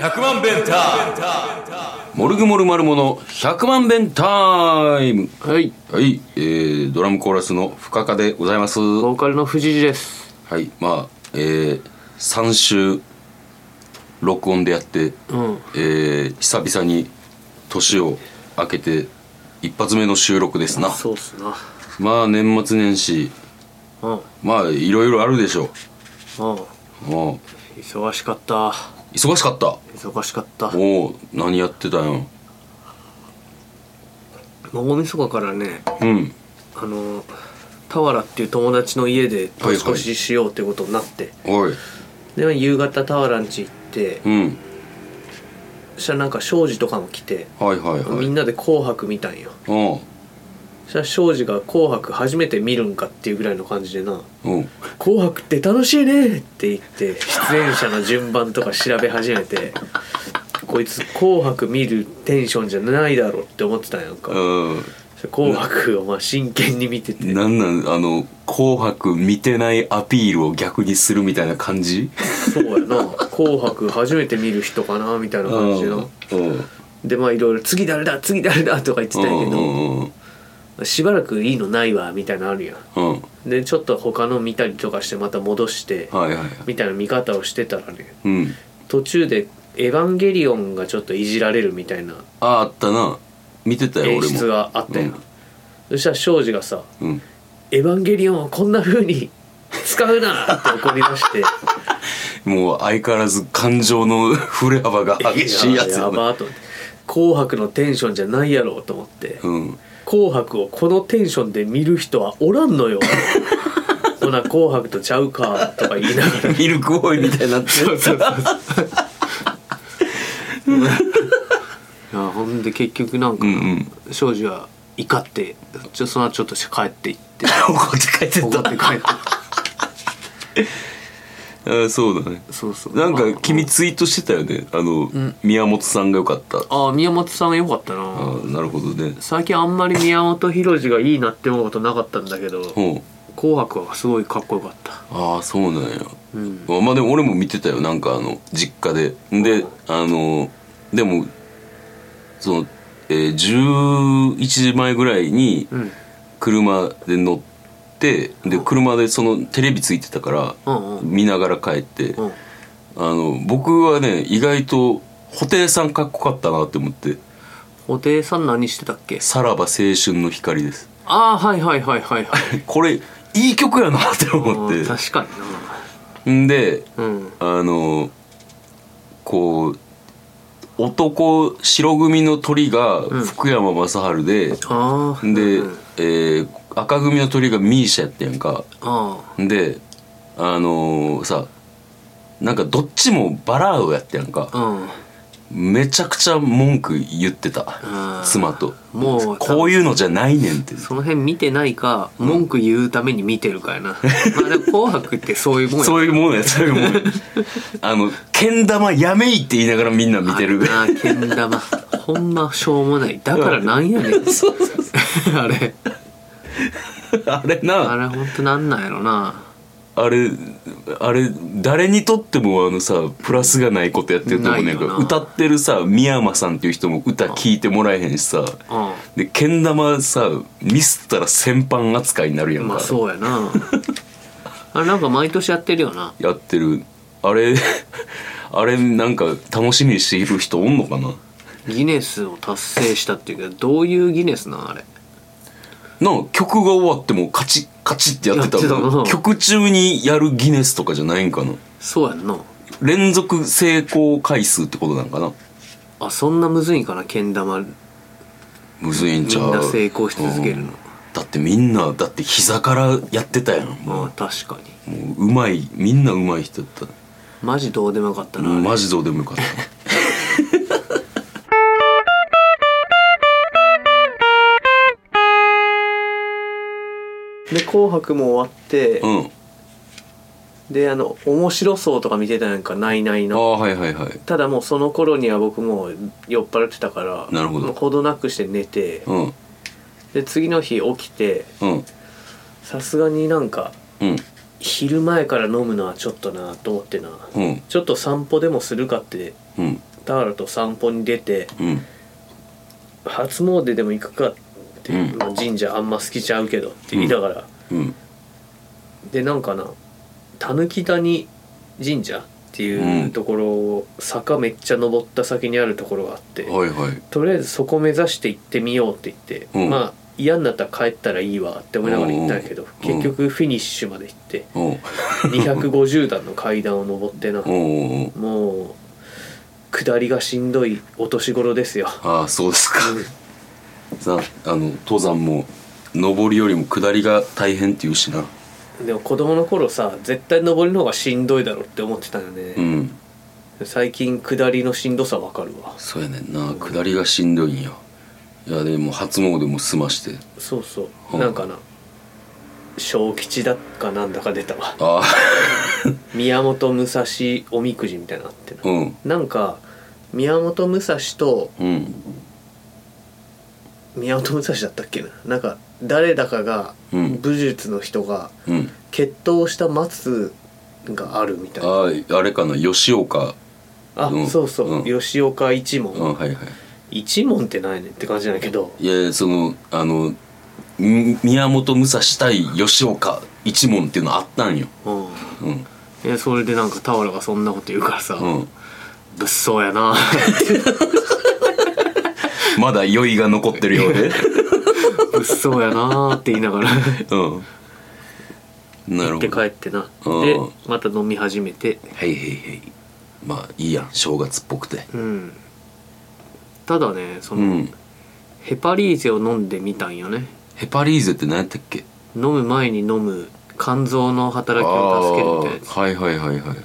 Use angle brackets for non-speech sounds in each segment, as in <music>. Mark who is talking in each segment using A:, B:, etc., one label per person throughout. A: 100万弁タイムモルグモルマルモの100万弁タイム
B: はい、
A: はい、えー、ドラムコーラスの深川でございますは
B: ボーカルの藤井です。
A: いまあえー、3週録音でやって、
B: うん。
A: えー、久々に年を明けて一発目の収録ですな
B: そうっすな。
A: まあ年末年始
B: うん。うん。
A: まあいろいろあるでしょううん
B: 忙しかった。
A: 忙しかった
B: 忙しかった。
A: おお何やってたよ
B: 大晦日からね、
A: うん
B: あの、俵っていう友達の家で年越ししようってことになって。
A: おい
B: で、夕方俵ん家行って
A: う、ん
B: そしたらなんか庄司とかも来て、
A: はいはいはい
B: みんなで紅白見たんよ。
A: うん
B: そしたら庄司が紅白初めて見るんかっていうぐらいの感じでな。
A: うん
B: 紅白って楽しいねって言って出演者の順番とか調べ始めてこいつ紅白見るテンションじゃないだろうって思ってたんやんか
A: うん
B: 紅白をまあ真剣に見てて
A: なんなんあの「紅白」見てないアピールを逆にするみたいな感
B: <laughs>
A: じ
B: そうやな「紅白初めて見る人かな」みたいな感じの
A: うん
B: でまあいろいろ「次誰だ次誰だ」とか言ってたんや
A: う
B: けど
A: んうん
B: しばらくいいのないわみたいなのあるやん
A: うん
B: でちょっと他の見たりとかしてまた戻して
A: はいはい
B: みたいな見方をしてたらね
A: うん
B: 途中で「エヴァンゲリオン」がちょっといじられるみたいな
A: ああったな見てたよ
B: 演
A: 俺も
B: 出があったやん、そしたら庄司がさ
A: うん
B: 「エヴァンゲリオンをこんな
A: <laughs>
B: 風に使うな!」って怒り出して「
A: もう相変わらず感情の振れ幅が激しいやつ
B: や
A: やな
B: ば」と思って「紅白」のテンションじゃないやろうと思って「
A: うん
B: 紅白」をこのテンションで見る人はおらんの
A: <laughs>
B: よほな「紅白」とちゃうかとか言いながら
A: ミルクボーイみたいになってる
B: <laughs> いやほんで結局なんか、
A: うんうん
B: 庄司は怒ってちょその後ちょっとして帰っていって
A: 怒って帰って
B: <laughs> 怒って帰って
A: たあそうだね
B: そうそう
A: なん
B: まあ
A: か君ツイートしてたよねあの、宮本さんが良かったあ
B: ああ宮本さんよかったな
A: あなるほどね
B: 最近あんまり宮本浩次がいいなって思うことなかったんだけど
A: うん
B: 「紅白」はすごいかっこよかった
A: ああそうなんや
B: うん
A: まあでも俺も見てたよなんかあの実家でであのでもその、えー11時前ぐらいに
B: うん
A: 車で乗ってで車でそのテレビついてたか
B: う
A: ら
B: んうん
A: 見ながら帰って
B: うん
A: あの僕はね意外と布袋さんかっこよかったなって思って
B: 布袋さん何してたっ
A: 「
B: け
A: さらば青春の光」です
B: ああはいはいはいは
A: <laughs>
B: いはい
A: これいい曲やなって思っ
B: うん
A: て
B: 確かになん
A: で
B: うん
A: あのこう男白組の鳥が福山雅治で、
B: ああ
A: で、
B: うん
A: えー赤組の鳥がミーシャやってやんか
B: あ
A: であのーさなんかどっちもバラードやってやん
B: あ
A: か
B: うん
A: めちゃくちゃ文句言ってた
B: うん
A: 妻と
B: もう
A: こういうのじゃないねんって
B: その辺見てないか文句言うために見てるかや
A: <laughs>
B: な、まあでも「紅白」ってそういうもんや
A: そういうもんやそういうも
B: <laughs>
A: んやあのけん玉やめいって言いながらみんな見てる
B: ああけん <laughs> 玉ほんましょうもないだからなんやね <laughs> ん <laughs> あれ
A: <laughs> あれな
B: あれほんとなんなんやろな
A: あれあれ誰にとってもあのさプラスがないことやってると思うねんけ
B: な
A: ど
B: いよな
A: 歌ってるさ宮山さんっていう人も歌聞いてもらえへんしさ
B: う
A: でけん玉さミスったら先般扱いになるやん
B: ん
A: か、
B: まあそうやなあれなんか毎年やってるよな
A: やってるあれ <laughs> あれなんか楽しみにしている人おんのかな
B: ギネスを達成したっていうけどどういうギネスなんあれ
A: なあ曲が終わってもカチッカチッってやってた
B: やってたな
A: 曲中にやるギネスとかじゃないんかな
B: そうやんな
A: 連続成功回数ってことなんかな
B: あそんなむずいんかなけん玉
A: むずいんちゃう
B: みんな成功し続けるの
A: うんだってみんなだって膝からやってたやんも
B: まあ確かに
A: うもううまいみんなうまい人だっ
B: マジどうでもよかった
A: た
B: なあれ
A: マジどうでもよかった
B: <laughs> で「紅白」も終わって、
A: うんあ
B: であの面白そうとか見てたやんか「ないない
A: あ
B: の」
A: ーはいはいはい
B: ただもうその頃には僕もう酔っ払ってたから
A: なるほど
B: もう程なくして寝て
A: うん
B: で次の日起きて
A: うん
B: さすがになんか
A: うん
B: 昼前から飲むのはちょっとなと思ってな
A: うん
B: ちょっと散歩でもするかって
A: うん
B: 田原と散歩に出て
A: うん
B: 初詣でも行くかって、
A: うん
B: まあ、神社あんま好きちゃうけどって言いながら、
A: うん
B: でなんかなたぬき谷神社っていううんところを坂めっちゃ登った先にあるところがあって、
A: はいはい
B: とりあえずそこ目指して行ってみようって言って、
A: うん
B: まあ嫌になったら帰ったらいいわって思いながら行ったんやけど、
A: うん
B: 結局フィニッシュまで行って
A: おう <laughs>
B: 250段の階段を登ってな、
A: おうおう
B: もう下りがしんどいお年頃ですよ
A: ああそうですかさあの登山も上りよりも下りが大変っていうしな
B: でも子供の頃さ絶対登りの方がしんどいだろうって思ってたよ
A: う
B: ね、
A: ん
B: 最近下りのしんどさわかるわ
A: そうやねんな下りがしんどいんやいやでも初詣も済まして
B: そうそう、
A: はあ
B: なんかな小吉だかなんだか出たわ
A: ああ <laughs>
B: 宮本武蔵おみくじみたいなのあってな、
A: うん
B: なんか宮本武蔵と
A: うん
B: 宮本武蔵だったっけななんか誰だかが、
A: うん
B: 武術の人が
A: うん
B: 決闘した松があるみたいな
A: あああれかな吉岡
B: あ、
A: うん
B: そうそう、
A: う
B: 吉岡一門、
A: うんはいはい
B: 一門ってないねんって感じなんやけど
A: いやそのあのみ宮本武蔵対吉岡一門っていうのあったんよ
B: うん
A: うん
B: えそれでなんか田原がそんなこと言うからさ、
A: うん
B: 物騒やな
A: <laughs> まだ酔いが残ってるよう
B: <laughs>
A: で
B: 物騒やなって言いながら
A: うんなるほ
B: 行って
A: ど
B: 帰ってな
A: うん
B: でまた飲み始めて
A: はいはいはいまあいいやん正月っぽくて
B: うんただねそうの、
A: ん
B: ヘパリーゼを飲んでみたんよね
A: ヘパリーゼって何やったっけ
B: 飲む前に飲む肝臓の働き
A: あ
B: を助けるみたいなや
A: ーはいはいはいはい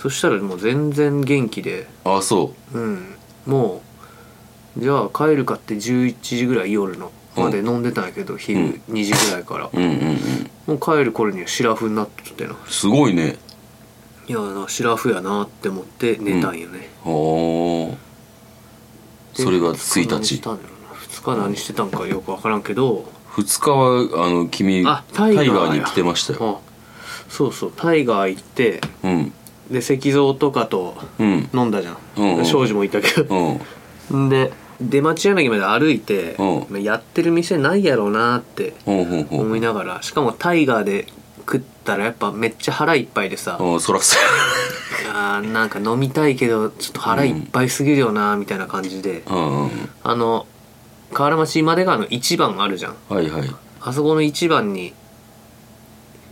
B: つそしたらもう全然元気で
A: ああそ
B: うんもうじゃあ帰るかって11時ぐらい夜のまで飲んでたんやけど、昼
A: うん
B: 2時ぐらいから、
A: ううんうんうん
B: もう帰る頃にはシラフになっててな
A: すごいね
B: いやなシラフやなって思って寝たんよね、
A: お
B: で
A: それが
B: 二
A: 1
B: 何し
A: 日
B: たんやろな2日何してたんかよく分からんけど、
A: 2日はあの君
B: あ
A: タ
B: タ
A: イ
B: イ
A: ガ
B: ガーや
A: ーに来てましたよ
B: あそうそうタイガー行って
A: うん
B: で石像とかと
A: うん
B: 飲んだじゃ
A: うん
B: ん、
A: うん
B: 庄司もいたけど
A: うん
B: で出町柳まで歩いて、
A: うん
B: まあやってる店ないやろうなって
A: ほうほうほ
B: 思
A: う
B: いながらしかもタイガーで食ったらやっぱめっちゃ腹いっぱいでさ、
A: あーそらそう
B: あーなんか飲みたいけどちょっと腹いっぱいすぎるよなみたいな感じで、
A: やうんうん <laughs>
B: あの河原町今出川の一番あるじゃん
A: はいはい
B: あそこの一番に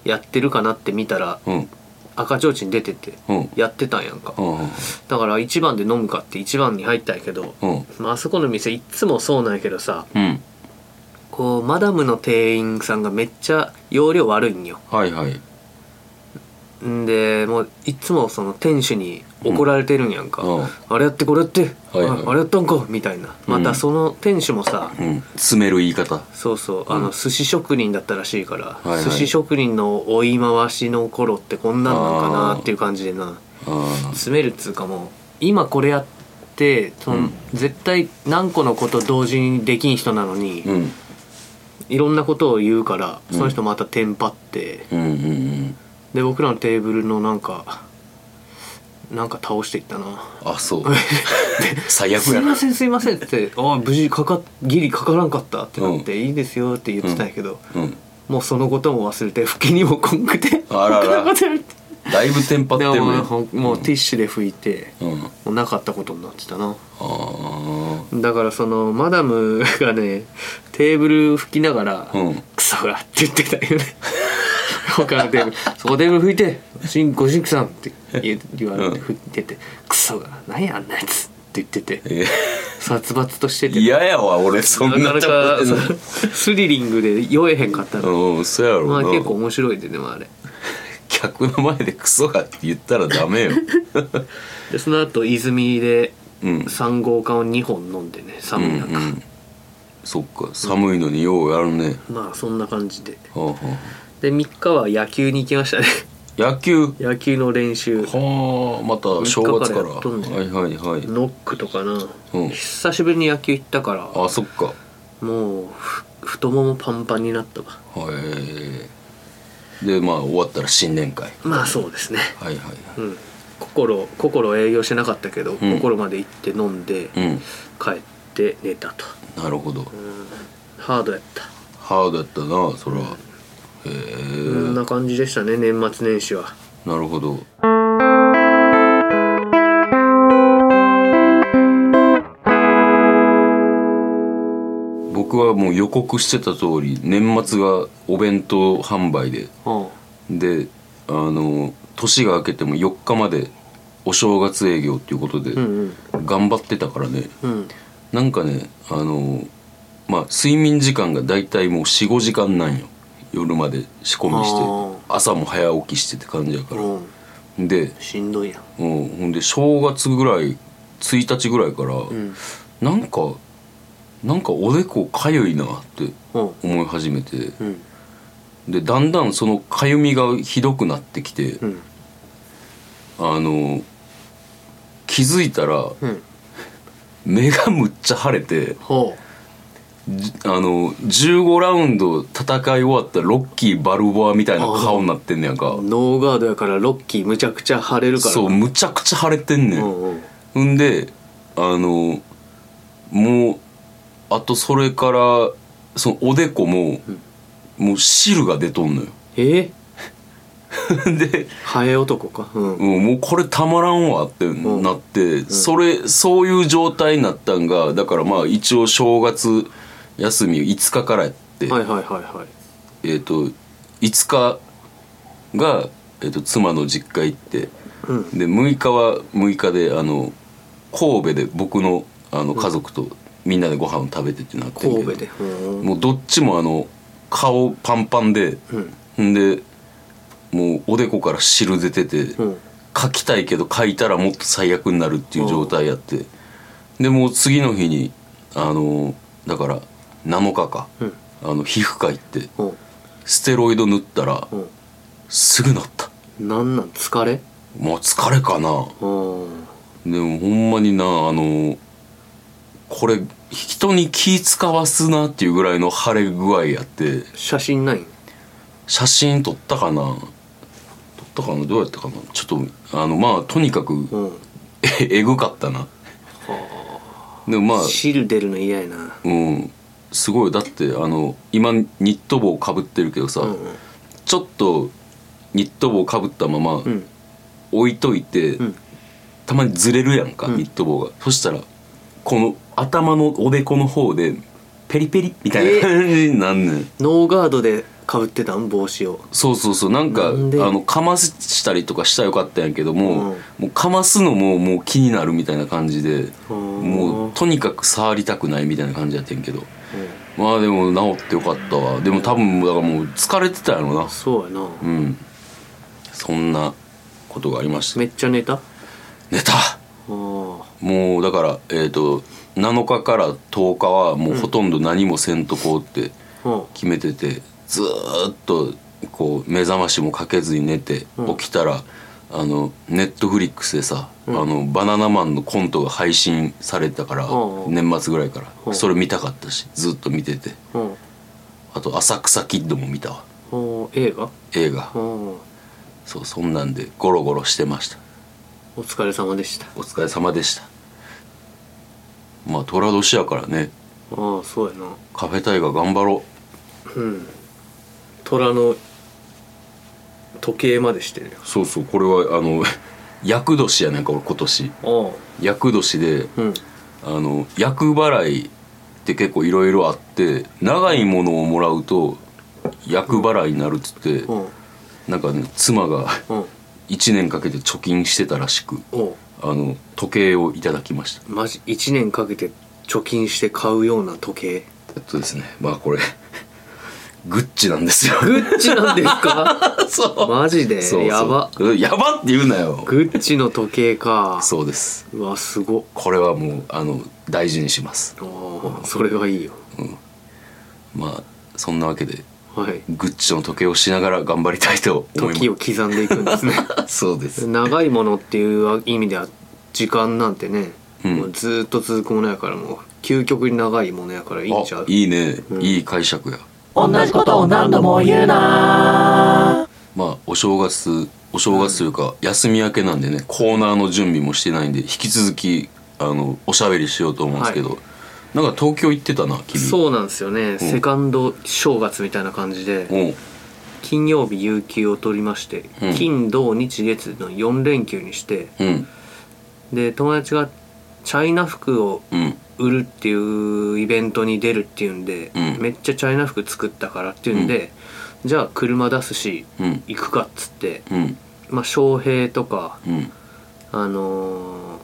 B: やってるかなって見たら
A: うん
B: 赤ちょうちん出てて
A: うん
B: やってたんやんか
A: うんうん
B: だから1番で飲むかって1番に入ったんやけど、
A: うん
B: まああそこの店いっつもそうなんやけどさ
A: うん
B: こうマダムの店員さんがめっちゃ容量悪いんよ
A: はいはい
B: んでもういっつもその店主に怒られてるんやんか、
A: うん
B: あれやってこれやって、
A: はいはい
B: ああれやったんかみたいなまたその店主もさ、
A: うん詰める言い方
B: そうそう、
A: ん
B: あの寿司職人だったらしいから、
A: いはい
B: 寿司職人の追い回しの頃ってこんなんなんか
A: あ
B: な
A: ー
B: っていう感じでな
A: あ
B: 詰めるっつうかもう今これやってその、
A: うん
B: 絶対何個のこと同時にできん人なのに、
A: ーうん
B: いろんなことを言うからその人またテンパって、
A: うんうんうん
B: で僕らのテーブルのなんかなんか倒していったな
A: あ
B: <laughs>
A: そう最悪
B: す
A: や
B: い
A: な
B: ませんすいませんって「ああ無事かかっギリかからんかった」ってなって「いいですよ」って言ってたんやけど、
A: うん
B: もうそのことも忘れて拭きにもこんくて
A: あらら
B: 他のことやって
A: だいぶテンパって
B: で
A: るね
B: もほんもうティッシュで拭いて、
A: うんあ
B: もうなかったことになってたな
A: あ
B: だからそのマダムがね <laughs> テーブル拭きながら「
A: うん
B: クソが」って言ってたよね <laughs> 他のテーブル「そこテーブル拭いてしんご神父さん」って言う言われて
A: うん
B: 拭いてて「クソが何やあんなやつ」って言ってて
A: え
B: 殺伐としてて
A: 嫌やわ俺そんな
B: なかな
A: と
B: か
A: こで
B: そうスリリングで酔えへんかったの、
A: うんそうやろ
B: まあ
A: な
B: 結構面白いでねまああれ
A: 客の前でクソがって言ったらダメよ
B: でその後泉で
A: <laughs> うん
B: 3号館を2本飲んでね
A: う
B: 寒い
A: ん
B: 中、
A: うんそっか寒いのにようやるね、
B: まあそんな感じで
A: はあは
B: で3日は野球に行きましたね
A: あ、野球
B: 野球の練習
A: はあまた正月から
B: 三日からやっとんねん
A: はいはいはい
B: ノックとかな、
A: うん
B: 久しぶりに野球行ったから
A: あそっか
B: もうふ太ももパンパンになったわ
A: はいでまあ終わったら新年会
B: まあそうですね
A: はいはい
B: うん心心営業してなかったけど、
A: ん
B: 心まで行って飲んで、
A: うん
B: 帰って寝たと、
A: なるほど
B: ハードやった
A: ハードやったなそれはへえ
B: こんな感じでしたね年末年始は
A: なるほど僕はもう予告してた通り年末がお弁当販売で
B: うん
A: であの年が明けても4日までお正月営業っていうことで
B: うん
A: 頑張ってたからね、
B: うん
A: なんかねあのまあ睡眠時間が大体もう45時間なんよ夜まで仕込みして
B: あー
A: 朝も早起きしてって感じやから、
B: うん
A: で、
B: しんどいやん
A: うん、ほんで正月ぐらい1日ぐらいから、
B: ん
A: なんかなんかおでこかゆいなって
B: うん
A: 思い始めて
B: うん
A: でだんだんそのかゆみがひどくなってきて、
B: うん
A: あの気づいたら
B: うん
A: 目がむっちゃ腫れて。
B: ほ
A: じあの15ラウンド戦い終わったロッキー・バルボアみたいな顔になってんねやんか
B: うノーガードやからロッキーむちゃくちゃ腫れるから
A: そうむちゃくちゃ腫れてんね、
B: うんんうん
A: ほんであのもうあとそれからそのおでこも、もう汁が出とんのよ <laughs>
B: え
A: で
B: ハエ男かうんうん
A: うんもうこれたまらんわってなって、それそういう状態になったんがだからまあ一応正月休み5日からやって、
B: はいはいはいはい
A: えっ、と5日が、えー、と妻の実家行って、
B: うん
A: で6日は6日であの神戸で僕のあの家族とみんなでご飯を食べてってなってんけど
B: 神戸でうん
A: もうどっちもあの顔パンパンで、ん、でもうおでこから汁出てて、
B: うん
A: 書きたいけど書いたらもっと最悪になるっていう状態やってでもう次の日にあのだから7日か、
B: うん
A: あの皮膚科行って
B: うん
A: ステロイド塗ったら
B: うん
A: すぐなった
B: なんなん疲れ
A: もう疲れかな
B: うん
A: でもほんまになあのこれ人に気使わすなっていうぐらいの腫れ具合やって
B: 写真ないん
A: 写真撮ったかな撮ったかなどうやったかなちょっとあのまあとにかく、
B: うん
A: ええぐかったなでもまあ
B: 汁出るの嫌やな
A: うんすごいだってあの今ニット帽かぶってるけどさ、
B: うんうん
A: ちょっとニット帽かぶったまま
B: うん
A: 置いといて、
B: ん
A: たまにずれるやんか、
B: ん
A: ニット帽がそしたらこの頭のおでこの方でペリペリみたいな感じになんねん
B: ノーガードでかぶってたん帽子を
A: そうそうそうなんか
B: なんで
A: あのかましたりとかしたらよかったんやけども,、
B: うん
A: もうかますのももう気になるみたいな感じでも
B: も
A: うとにかく触りたくないみたいな感じやってんけどまあでも治ってよかったわでも多分だからもう疲れてたやろな
B: そうやな
A: うんそんなことがありました
B: めっちゃ寝たあ
A: 寝た
B: ー
A: もうだからえっ、と7日から10日はもうほとんど何もせんとこうって
B: うん
A: 決めててずーっとこう目覚ましもかけずに寝て
B: うん
A: 起きたら、あのネットフリックスでさ、あのバナナマンのコントが配信されてたから、
B: うんうん
A: 年末ぐらいか
B: う
A: ら
B: ん
A: それ見たかったしずっと見てて
B: うん
A: あと「浅草キッド」も見たわ
B: うん映画
A: 映画
B: うん
A: そうそんなんでゴロゴロしてました
B: お疲れ様でした
A: お疲れ様でしたまあ寅年やからね
B: ああそうやな
A: カフェタイガー頑張ろ
B: うん虎の時計までしてるよ
A: うそうそうこれはあの <laughs> 厄年やねんか俺今年
B: あ
A: 厄年で
B: あうん
A: あの厄払いって結構いろいろあって長いものをもらうと厄払いになるっつって、
B: うん
A: なんかね妻が
B: うん
A: 1年かけて貯金してたらしく
B: おう
A: あの時計をいただきました
B: マジ1年かけて貯金して買うような時計
A: えっとですねまあこれ <laughs> グッチなん
B: <laughs>
A: ですよ
B: グッチなんですか
A: <laughs> そう
B: マジで
A: そうそう
B: やば
A: うんやばって言うなよ
B: グッチの時計か
A: そうです
B: うわすごっ
A: これはもうあの大事にします
B: ああそれはいいよ
A: まあそんなわけで
B: はい
A: グッチの時計をしながら頑張りたいと思います
B: 時を刻んでいくん
A: <laughs>
B: ですね
A: そうです
B: 長いものっていう意味では時間なんてね、
A: うん
B: もうずーっと続くものやからもう究極に長いものやからいいんちゃう
A: あいいね、いい解釈や
C: 同じことを何度も言うな
A: まあお正月お正月というか休み明けなんでねコーナーの準備もしてないんで引き続きあのおしゃべりしようと思うんですけど、なんか東京行ってたな君
B: そうなんですよね、セカンド正月みたいな感じで、
A: うん
B: 金曜日有給を取りまして、
A: うん
B: 金土日月の4連休にして
A: うん
B: で友達がチャイナ服を
A: うん
B: 売るっていうイベントに出るっていうんで、
A: うん
B: めっちゃチャイナ服作ったからっていうんで、じゃあ車出すし
A: うん
B: 行くかっつって、
A: うん
B: まあ、翔平とか、
A: うん
B: あのー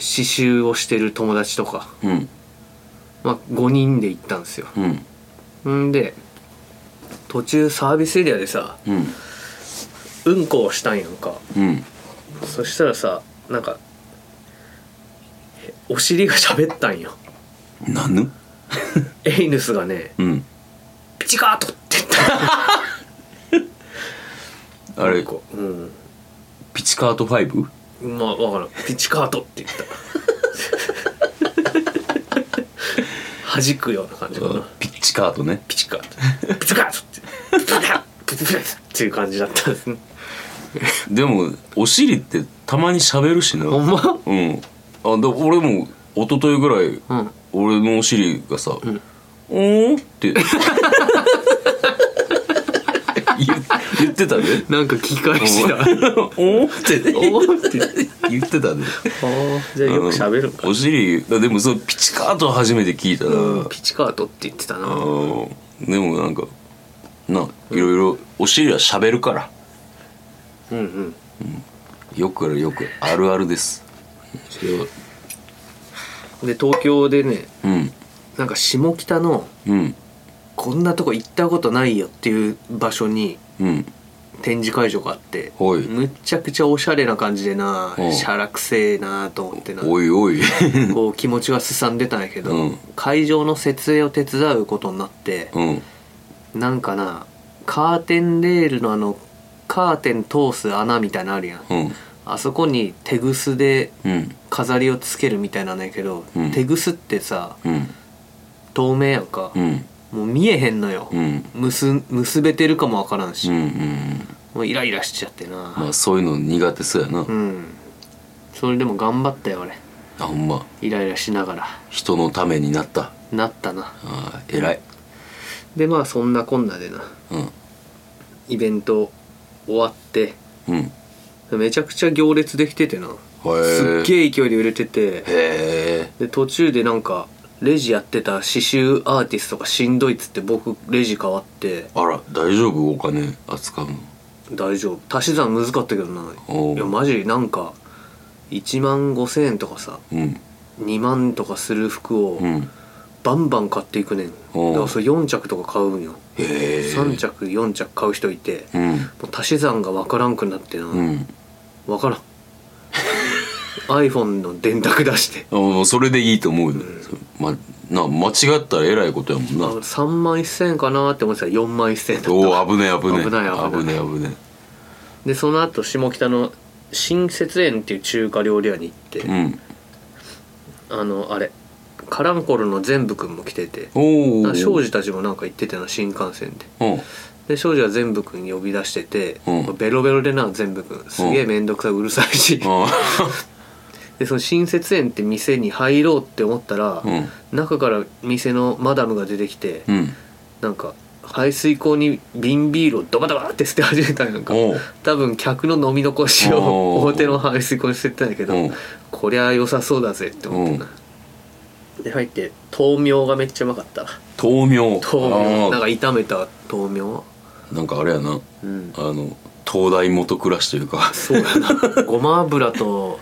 B: 刺繍をしてる友達とか、
A: うん
B: まあ、5人で行ったんですよ
A: うん
B: んで途中サービスエリアでさ
A: うん
B: うんこをしたんやんか
A: うん
B: そしたらさなんかへお尻が喋ったんよ
A: なぬ
B: エイヌスがね
A: うん
B: ピチカートって言った
A: あれ
B: こううん
A: ピチカート 5?
B: まあわからんピチカートって言った弾くような感じかな
A: ピッチカートね
B: ピチカートピチカートってピチカートピチカートっていう感じだったんですね
A: でもお尻ってたまに喋るしな
B: ほんま
A: うんあで俺も一昨日ぐらい
B: うん
A: 俺のお尻がさ「おーん」って <laughs> 言言ってたで「
B: なんか聞き返
A: お
B: し
A: ー
B: た
A: ん」って
B: おーって
A: 言ってたで
B: じ <laughs> ゃあよく喋るん
A: あの
B: か
A: お尻だでもそのピチカート初めて聞いたら、
B: うんピチカートって言ってたな
A: あのでもなんかないろいろお尻は喋るから
B: うんうん
A: よくあるよくあるあるですそれは
B: で東京でね
A: うん
B: なんか下北の
A: うん
B: こんなとこ行ったことないよっていう場所に
A: うん
B: 展示会場があって
A: はい
B: むっちゃくちゃおしゃれな感じでな
A: うん
B: しゃらくせえなと思ってな
A: おいおい <laughs>
B: こう気持ちがすさんでたんやけど、
A: うん
B: 会場の設営を手伝うことになって、
A: うん
B: なんかなカーテンレールのあのカーテン通す穴みたいなのあるやん、
A: うん
B: あそこにテグスで
A: うん
B: 飾りをつけるみたいなんやけど、
A: うん
B: テグスってさ
A: うん
B: 透明やんか
A: う、ん
B: もう見えへんのよ、
A: うん
B: 結結べてるかもわからんし、
A: うんうん
B: もうイライラしちゃってな、
A: まあそういうの苦手そうやな、
B: うんそれでも頑張ったよ俺
A: あほんま
B: イライラしながら
A: 人のためになった
B: なったな
A: あー偉い
B: でまあそんなこんなでな
A: うん
B: イベント終わって
A: うん
B: めちゃくちゃ行列できててなすっ
A: え
B: げえ勢いで売れてて
A: へえ
B: で途中でなんかレジやってた刺繍アーティストがしんどいっつって僕レジ変わって
A: あら大丈夫お金扱うの
B: 大丈夫足し算難かったけどな
A: おう
B: いやマジなんか1万5,000円とかさ
A: うん
B: 2万とかする服を
A: うん
B: バンバン買っていくねんだ
A: おう
B: からそれ4着とか買うんよ
A: へえ
B: 3着4着買う人いて
A: うん
B: もう足し算が分からんくなってな、
A: うん <laughs>
B: 分からん iPhone の電卓出して
A: あもうそれでいいと思うよ、ま、な間違ったらえらいことやもん
B: あ
A: な
B: 3万1000円かなって思ってたら4万1000円だった
A: おお危ねえ危ねえ
B: 危ない危
A: 危
B: な
A: ね
B: い
A: え危ね
B: でその後下北の新雪園っていう中華料理屋に行って、
A: えうん
B: あのあれカランコロの全部くんも来てて
A: おお
B: あ庄司たちもなんか行ってたな新幹線で
A: うん
B: で庄司は全部くん呼び出してて、
A: うん
B: ベロベロでな全部くんすげえ面倒くさいうるさいし、でその新雪園って店に入ろうって思ったら、
A: うん
B: 中から店のマダムが出てきて、
A: うん
B: なんか排水口に瓶ビールをドバドバって捨て始めたんやんか
A: おう
B: 多分客の飲み残し
A: お
B: を
A: う
B: 表の排水口に捨てたんやけ
A: う
B: ど
A: ん
B: こりゃ良さそうだぜって思ってなで入って豆苗がめっちゃうまかった
A: 豆苗
B: 豆
A: あ
B: 苗
A: ー
B: なんか炒めた豆苗
A: なんかあれやな
B: うん
A: あの東大元暮らしというか <laughs>
B: そうやなごま油と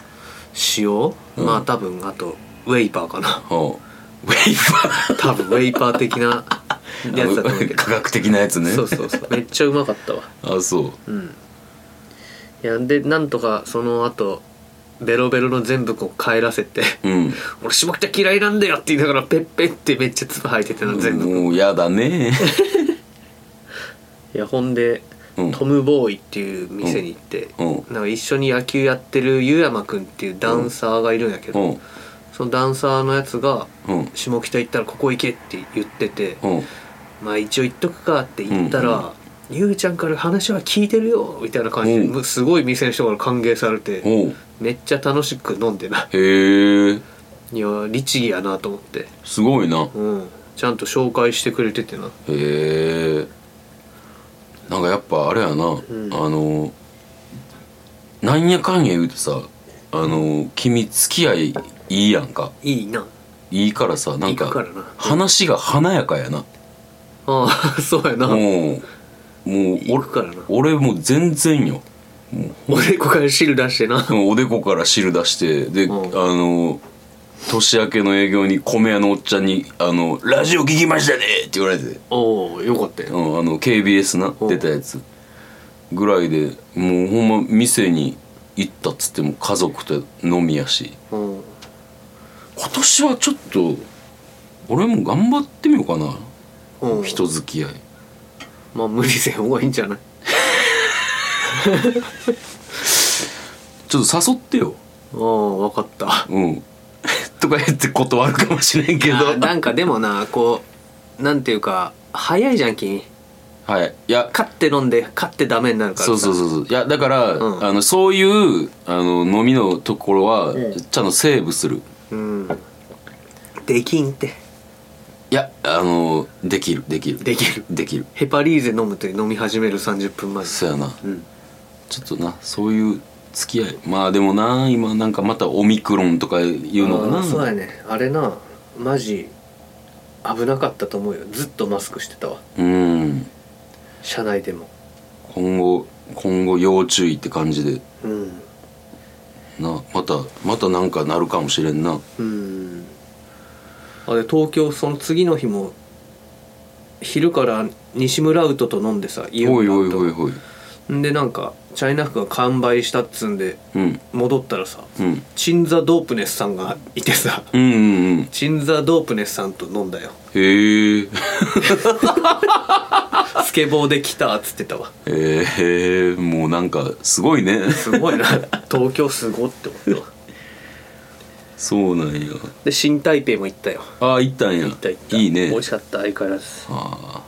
B: 塩
A: うん
B: まあ多分あとウェイパーかな
A: うんウェイパー
B: 多分ウェイパー的な <laughs> やつだと思うけど
A: 科学的なやつね
B: そうそうそうめっちゃうまかったわ
A: あそう
B: うんいやでなんとかその後ベロベロの全部こう帰らせて <laughs>
A: うん
B: 「俺下北嫌いなんだよ」って言いながらペッペッってめっちゃ唾吐いててな全部
A: もうやだ
B: <laughs>
A: ね
B: いやほんで、
A: うん
B: トムボーイっていう店に行って、
A: うん
B: なんか一緒に野球やってるゆうやまくんっていうダンサーがいるんやけ
A: う
B: ど、
A: ん
B: そのダンサーのやつが
A: うん
B: 下北行ったらここ行けって言ってて、
A: うん
B: まあ一応行っとくかって言ったら、 「ゆうちゃんから話は聞いてるよ」みたいな感じで
A: うん
B: むすごい店の人から歓迎されて
A: おう
B: めっちゃ楽しく飲んでな
A: へえ
B: いや律儀やなと思って
A: すごいな
B: うんちゃんと紹介してくれててな
A: へえなんかやっぱあれやな、あのなんやかんや言うてさあの君付き合いいいやんか
B: いいない
A: いからさなん
B: い
A: か
B: いからな
A: 話が華やかやな
B: ああ <laughs> そうやな
A: もうもう
B: 行くからな
A: 俺俺もう全然よ
B: おでこから汁出してな
A: おでこから汁出してで、
B: うん
A: あの年明けの営業に米屋のおっちゃんに「あのラジオ聞きましたね!」って言われて、
B: おおよかったよ
A: うん、あの KBS な
B: うん
A: 出たやつぐらいでもうほんま店に行ったっつっても家族と飲みやし
B: うん
A: 今年はちょっと俺も頑張ってみようかな、
B: うん
A: 人付き合い
B: まあ無理せん方がいいんじゃない
A: ちょっと誘ってよ
B: ああわかった
A: うん <laughs> とか言って断るかもしれんけど
B: あーなんかでもなこうなんていうか早いじゃん君
A: はいいや
B: 勝って飲んで勝ってダメになるからさ
A: そうそうそうそういやだから、
B: うん
A: あのそういうあの飲みのところは、
B: ん
A: ちゃんとセーブする
B: うんできんって
A: いやあのできるできる
B: できる
A: できる
B: ヘパリーゼ飲むと飲み始める30分前
A: そうやな
B: うん
A: ちょっとなそういう付き合いまあでもな今なんかまたオミクロンとかいうのか
B: あ
A: な
B: ーそうやねあれなマジ危なかったと思うよずっとマスクしてたわ
A: うん
B: 車内でも
A: 今後今後要注意って感じで
B: うん
A: なまたまたなんかなるかもしれんな
B: うんあれ東京その次の日も昼から西村ウトと飲んでさイオ
A: お
B: ン
A: い
B: ラ
A: お
B: ウ
A: い
B: ト
A: おいおい
B: んでなんかチャイナ服が完売したっつんで
A: うん
B: 戻ったらさ
A: うん
B: チンザ・ドープネスさんがいてさ
A: うんうんうん
B: チンザ・ドープネスさんと飲んだよ
A: <laughs> へえ
B: スケボーで来たっつってたわ
A: えー、もうなんかすごいね <laughs>
B: すごいな東京すごって思ったわ
A: そうなんや
B: で新台北も行ったよ
A: ああ行ったんや
B: 行った行った
A: いいね
B: 美味しかった相変わらず
A: あ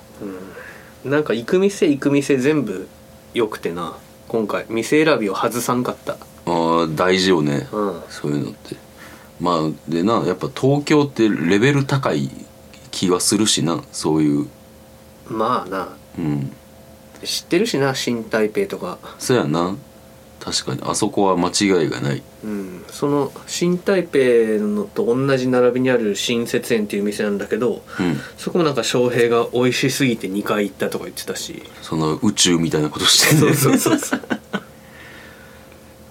B: なんか行く店行く店全部良くてな今回店選びを外さんかった
A: ーあー大事よね、
B: うん
A: そういうのってまあでなやっぱ東京ってレベル高い気はするしなそういう
B: まあな
A: うん
B: 知ってるしな新台北とか
A: そやな確かにあそこは間違いがない
B: うんその新台北のと同じ並びにある新雪園っていう店なんだけど
A: うん
B: そこもなんか翔平が美味しすぎて2回行ったとか言ってたし
A: その宇宙みたいなことしてん
B: そ
A: ね
B: うそうそう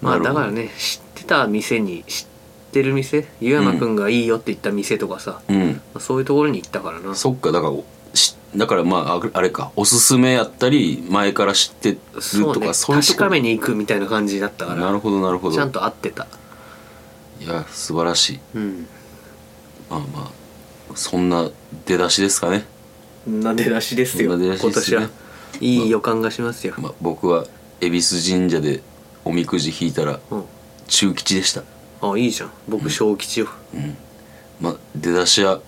B: <laughs> まあ
A: なる
B: だ
A: ほど
B: からね知ってた店に知ってる店湯山くんがいいよって言った店とかさ、
A: うん
B: まあそういうところに行ったからな
A: そっかだからしだからまあああれかおすすめやったり前から知ってるとか
B: そうね
A: そういうと
B: 確
A: こ
B: かめに行くみたいな感じだったから
A: なるほどなるほど
B: ちゃんと合ってた
A: いや素晴らしい
B: うん
A: まあまあそんな出だしですかね、
B: なで出しですよ
A: なで
B: 今
A: 出しっす
B: 年
A: ね
B: はいい予感がしますよ、
A: まあ、僕は恵比寿神社でおみくじ引いたら中吉でした、
B: うん、あいいじゃん僕小吉よ
A: うんまあ、出だしは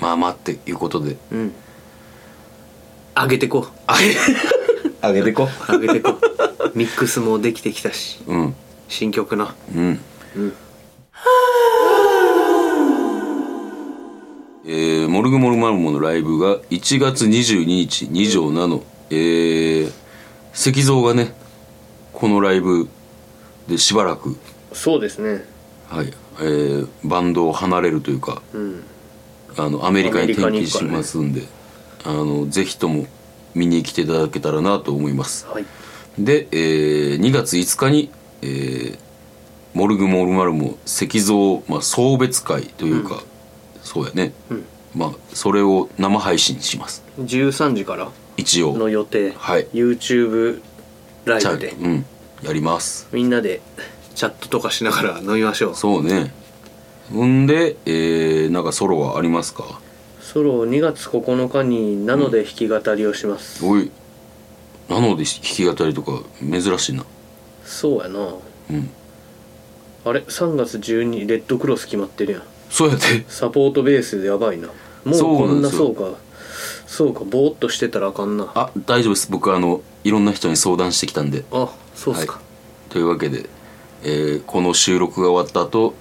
A: まあまあっていうことで
B: うん上げてこ
A: <laughs> 上げてこ
B: う上げてこうミックスもできてきたし
A: うん
B: 新曲な
A: うん
B: うん
A: えーモルグモルマルモのライブが1月22日2条なの、えー石像がねこのライブでしばらく、
B: そうですね
A: はいえーバンドを離れるというか
B: うん
A: あのアメリカに転
B: アメ
A: 勤し
B: リカに行くからね
A: ますんで、あのぜひとも見に来ていただけたらなと思います
B: はい
A: で、えー2月5日に、えーモルグモルマルモ石像、まあ、送別会というか、そうやね、
B: うん
A: まあそれを生配信します
B: 13時から
A: 一応
B: の予定、
A: はい
B: YouTube ライ
A: ちゃ
B: ブ
A: う
B: で
A: うんやります
B: みんなでチャットとかしながら飲みましょう
A: そうねほんで、えーなんかソロはありますか
B: ソロ2月9日になので弾き語りをします、
A: おいなので弾き語りとか珍しいな
B: そうやな
A: うん
B: あれ3月12レッドクロス決まってるやん
A: そうやって
B: サポートベースでやばいなもう
A: そう
B: こ
A: なん
B: ん
A: で
B: な
A: すよ
B: そうかそうかぼーっとしてたらあかんなあ
A: あ大丈夫です僕あのいろんな人に相談してきたんで
B: そうっすか、
A: はいというわけで、えーこの収録が終わった後、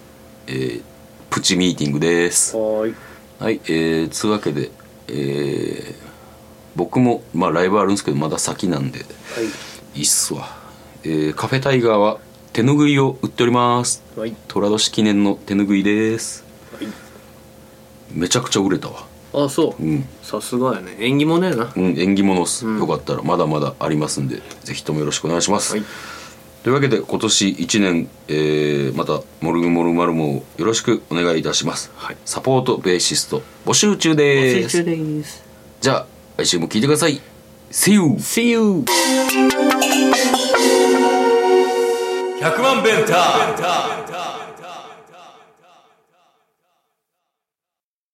A: えープチミーティングです
B: はーい
A: はいえー、つうわけで、えー僕もまあライブあるんですけどまだ先なんでいいっすわ、えーカフェタイガーは手ぬぐいを売っております
B: はいはい
A: 寅年記念の手ぬぐいです
B: はい
A: めちゃくちゃ売れたわ
B: あそううんさすがやね縁起もねえなは
A: うん、縁起物っす、
B: うん
A: よかったらまだまだありますんでぜひともよろしくお願いします、
B: い
A: というわけで今年1年、えーまた「モルグモルマルモ」をよろしくお願いいたします、
B: はい
A: サポートベーシスト募集中です
B: 集中です
A: じゃあ来週も聞いてください See you!
B: See you
A: 100万ベンター